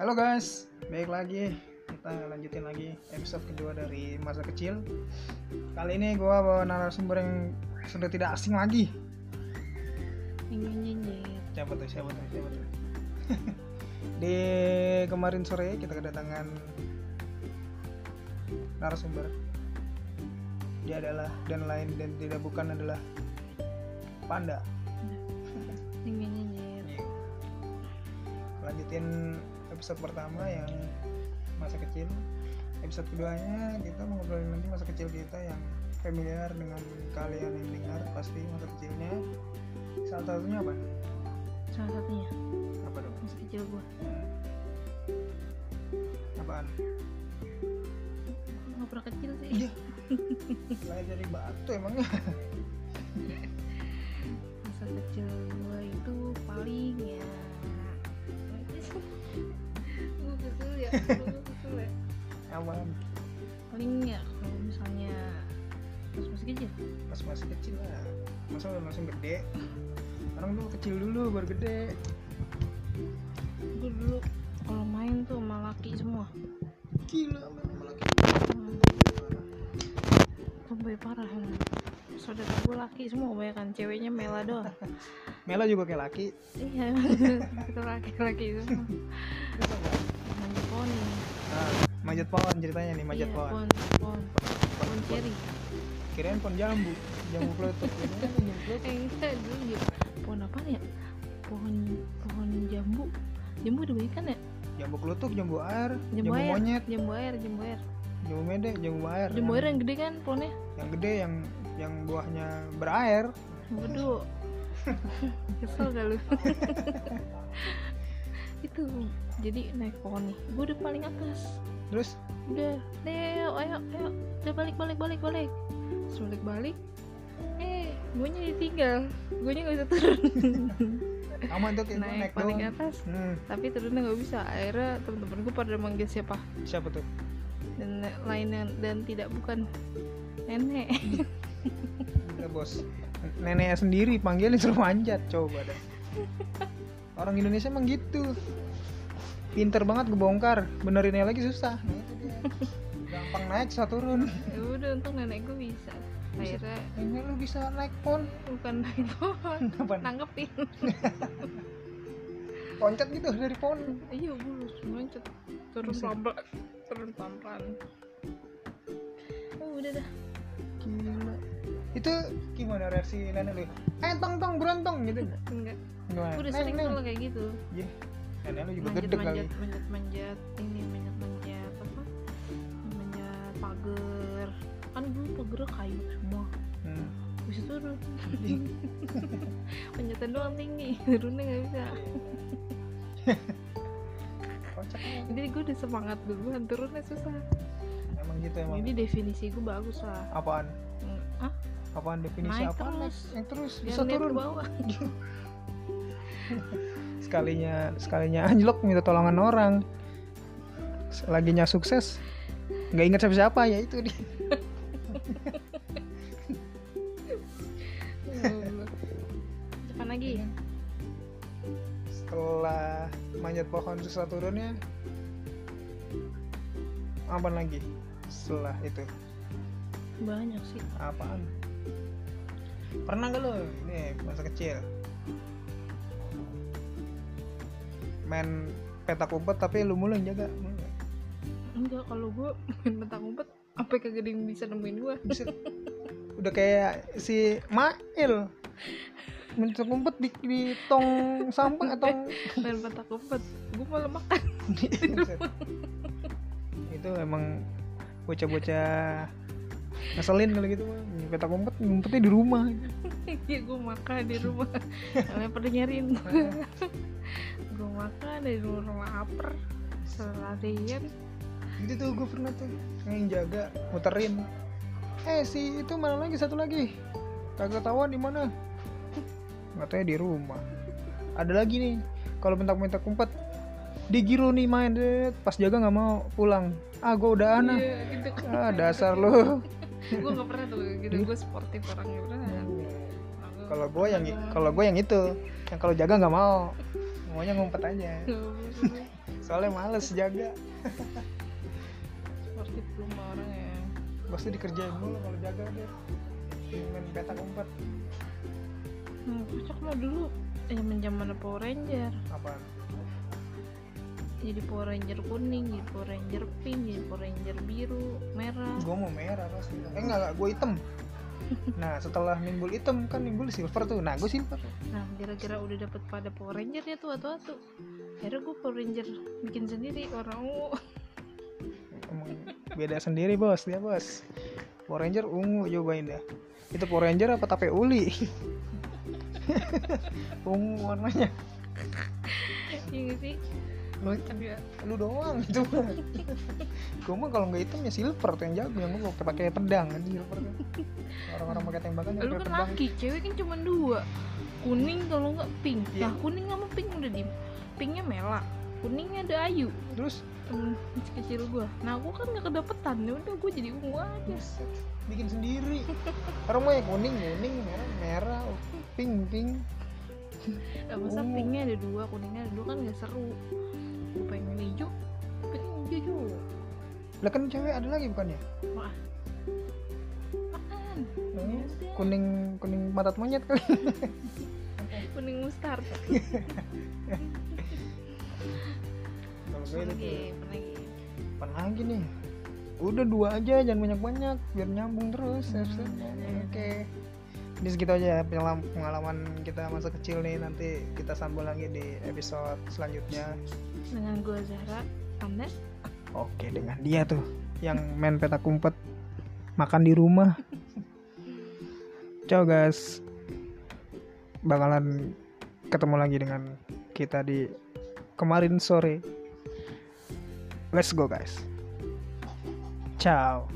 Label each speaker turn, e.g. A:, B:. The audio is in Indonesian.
A: Halo guys, baik lagi kita lanjutin lagi episode kedua dari masa kecil. Kali ini gua bawa narasumber yang sudah tidak asing lagi.
B: Nyinyir.
A: Siapa tuh? Siapa tuh? Siapa tuh? Di kemarin sore kita kedatangan narasumber. Dia adalah dan lain dan tidak bukan adalah Panda.
B: Nyinyir.
A: Iya. lanjutin episode pertama yang masa kecil episode keduanya kita mau ngobrolin lagi masa kecil kita yang familiar dengan kalian yang dengar pasti masa kecilnya salah satunya apa
B: Salah satunya
A: apa dong
B: masa kecil gua.
A: Hmm. apaan
B: Gua nggak pernah kecil sih.
A: Iya. lahir dari batu emangnya
B: Masa kecil gua itu paling ya. Gua kesel ya. Gua kesel ya.
A: apaan
B: Paling ya kalau misalnya pas masih kecil.
A: pas masih kecil lah masa udah langsung gede orang dulu kecil dulu baru gede
B: Gua dulu kalau main tuh sama laki semua.
A: gila main sama laki
B: Hmm, Tomboy parah emang. Saudara gua laki semua kebanyakan ceweknya Mela doang.
A: Mela juga kayak laki
B: Iya. Itu laki-laki semua. Namanya Poni.
A: nah, manjat pohon ceritanya nih manjat
B: Iya,
A: pohon
B: pohon pohon ceri
A: kirain pohon jambu jambu pelutuk
B: kita dulu gitu pohon apa ya pohon pohon jambu jambu ada banyak kan ya
A: jambu pelutuk jambu air jambu,
B: jambu, air
A: monyet
B: jambu air jambu air
A: jambu mede jambu air
B: jambu air
A: yang,
B: yang gede kan pohonnya
A: yang gede yang yang buahnya berair
B: waduh kesel gak lu itu jadi naik pohon nih gue udah paling atas
A: terus
B: udah Leo ayo ayo udah balik balik balik balik Terus balik balik eh gue ditinggal gue nya gak bisa turun
A: aman tuh kayak gua
B: naik
A: naik
B: paling
A: doang.
B: atas
A: hmm,
B: tapi turunnya nggak bisa akhirnya teman-teman gue pada manggil siapa
A: siapa tuh
B: dan lain yang dan tidak bukan nenek
A: Gila, bos neneknya sendiri panggilin suruh manjat coba dah orang Indonesia emang gitu pinter banget kebongkar benerinnya lagi susah Nah, itu dia. gampang naik susah turun
B: ya udah untung nenek gue bisa akhirnya
A: ini lu bisa naik pon
B: bukan naik pohon
A: Apaan?
B: nanggepin
A: loncat gitu dari pohon
B: ayo gue Iya, harus loncat turun
A: Bisa.
B: pelan turun pelan oh udah dah
A: Gila. Itu gimana reaksi nenek lu? Eh tong tong berontong gitu.
B: enggak
A: Gimana?
B: gue udah
A: Neng,
B: sering
A: neng.
B: kalau kayak gitu
A: Iya. Nenek lu juga
B: manjat
A: gede kali.
B: manjat manjat manjat ini manjat manjat apa manjat pagar kan dulu pagar kayu semua
A: Hmm.
B: bisa turun panjatan doang tinggi turunnya nggak bisa
A: Kocaknya.
B: jadi gue udah semangat duluan turunnya susah
A: Emang gitu emang.
B: jadi definisi gue bagus lah
A: Apaan?
B: Mm, ah
A: Apaan definisi
B: Naik
A: apaan?
B: terus.
A: Naik, naik terus bisa
B: jangan lihat
A: turun.
B: ke bawah
A: Sekalinya sekalinya anjlok minta tolongan orang. Laginya sukses nggak ingat siapa-siapa ya itu dia.
B: Ya Allah. depan lagi
A: Iya. Setelah manjat pohon susah turunnya apaan lagi? Setelah itu
B: banyak sih
A: apaan pernah gak lo ini masa kecil main petak umpet tapi lu mulu yang jaga Mulu nggak?
B: enggak kalau gue main petak umpet sampai kagak ada yang bisa nemuin gue
A: Bisa. udah kayak si Mail main petak umpet di, di tong sampah atau
B: main petak umpet gue malah makan
A: itu emang bocah-bocah ngeselin kalau gitu mah. petak umpet umpetnya di rumah
B: ya gue makan di rumah kalian pada nyariin gue makan dari rumah lapar selarian
A: itu tuh gue pernah tuh yang jaga muterin eh si itu mana lagi satu lagi kagak tahuan di mana katanya di rumah ada lagi nih kalau bentak-bentak kumpet digiru nih main deh pas jaga nggak mau pulang ah gue udah aneh
B: Iya, gitu
A: ah
B: kan.
A: dasar lu
B: gue gak pernah tuh kayak gitu gue sportif orang gak pernah Aku-
A: kalau gue yang kalau gue yang itu yang kalau jaga nggak mau maunya ngumpet aja soalnya males jaga
B: sportif rumah orang ya
A: pasti dikerjain mulu kalau jaga deh main petak umpet
B: hmm, kocak mah dulu zaman zaman Power Ranger
A: apaan
B: jadi Power Ranger kuning jadi Power Ranger pink jadi Power Ranger biru merah
A: gue mau merah pasti eh enggak enggak gue hitam nah setelah nimbul hitam kan nimbul silver tuh nah gue silver
B: nah gara-gara udah dapet pada Power Ranger ya tuh atau tuh akhirnya gue Power Ranger bikin sendiri orang ungu
A: emang beda sendiri bos dia bos Power Ranger ungu cobain dah itu Power Ranger apa tape uli ungu warnanya
B: iya nggak sih
A: lu,
B: tapi ya.
A: lu doang itu mah gue mah kalau nggak hitam ya silver tuh yang jago yang gue pakai pedang kan silver kan orang-orang pakai tembakan yang
B: lu
A: pakai
B: kan
A: pedang
B: laki cewek kan cuma dua kuning kalau nggak pink
A: Iya.
B: nah kuning sama pink udah di pinknya Mela kuningnya ada Ayu
A: terus
B: temen kecil gua nah gua kan nggak kedapetan ya udah gua jadi ungu aja
A: buset, bikin sendiri orang mah ya kuning kuning merah merah pink pink
B: nah, masa
A: Ungu.
B: pinknya ada dua kuningnya ada dua kan nggak seru gua pengen hijau pengen hijau juga
A: lah kan cewek ada lagi bukannya
B: wah apaan
A: Namanya
B: Ada.
A: kuning kuning patat monyet kan. kali
B: kuning Eh, mustard
A: Kalau gue itu tuh.
B: lagi lagi
A: Apaan lagi nih? Udah dua aja, jangan banyak-banyak biar nyambung terus.
B: Hmm,
A: episode.
B: iya, iya.
A: Oke. Ini segitu aja ya pengalam- pengalaman kita masa kecil nih. Nanti kita sambung lagi di episode selanjutnya.
B: dengan gua Zahra Anda
A: Oke, dengan dia tuh yang main petak umpet makan di rumah. Ciao guys. Bakalan ketemu lagi dengan kita di kemarin sore. Let's go guys. Ciao.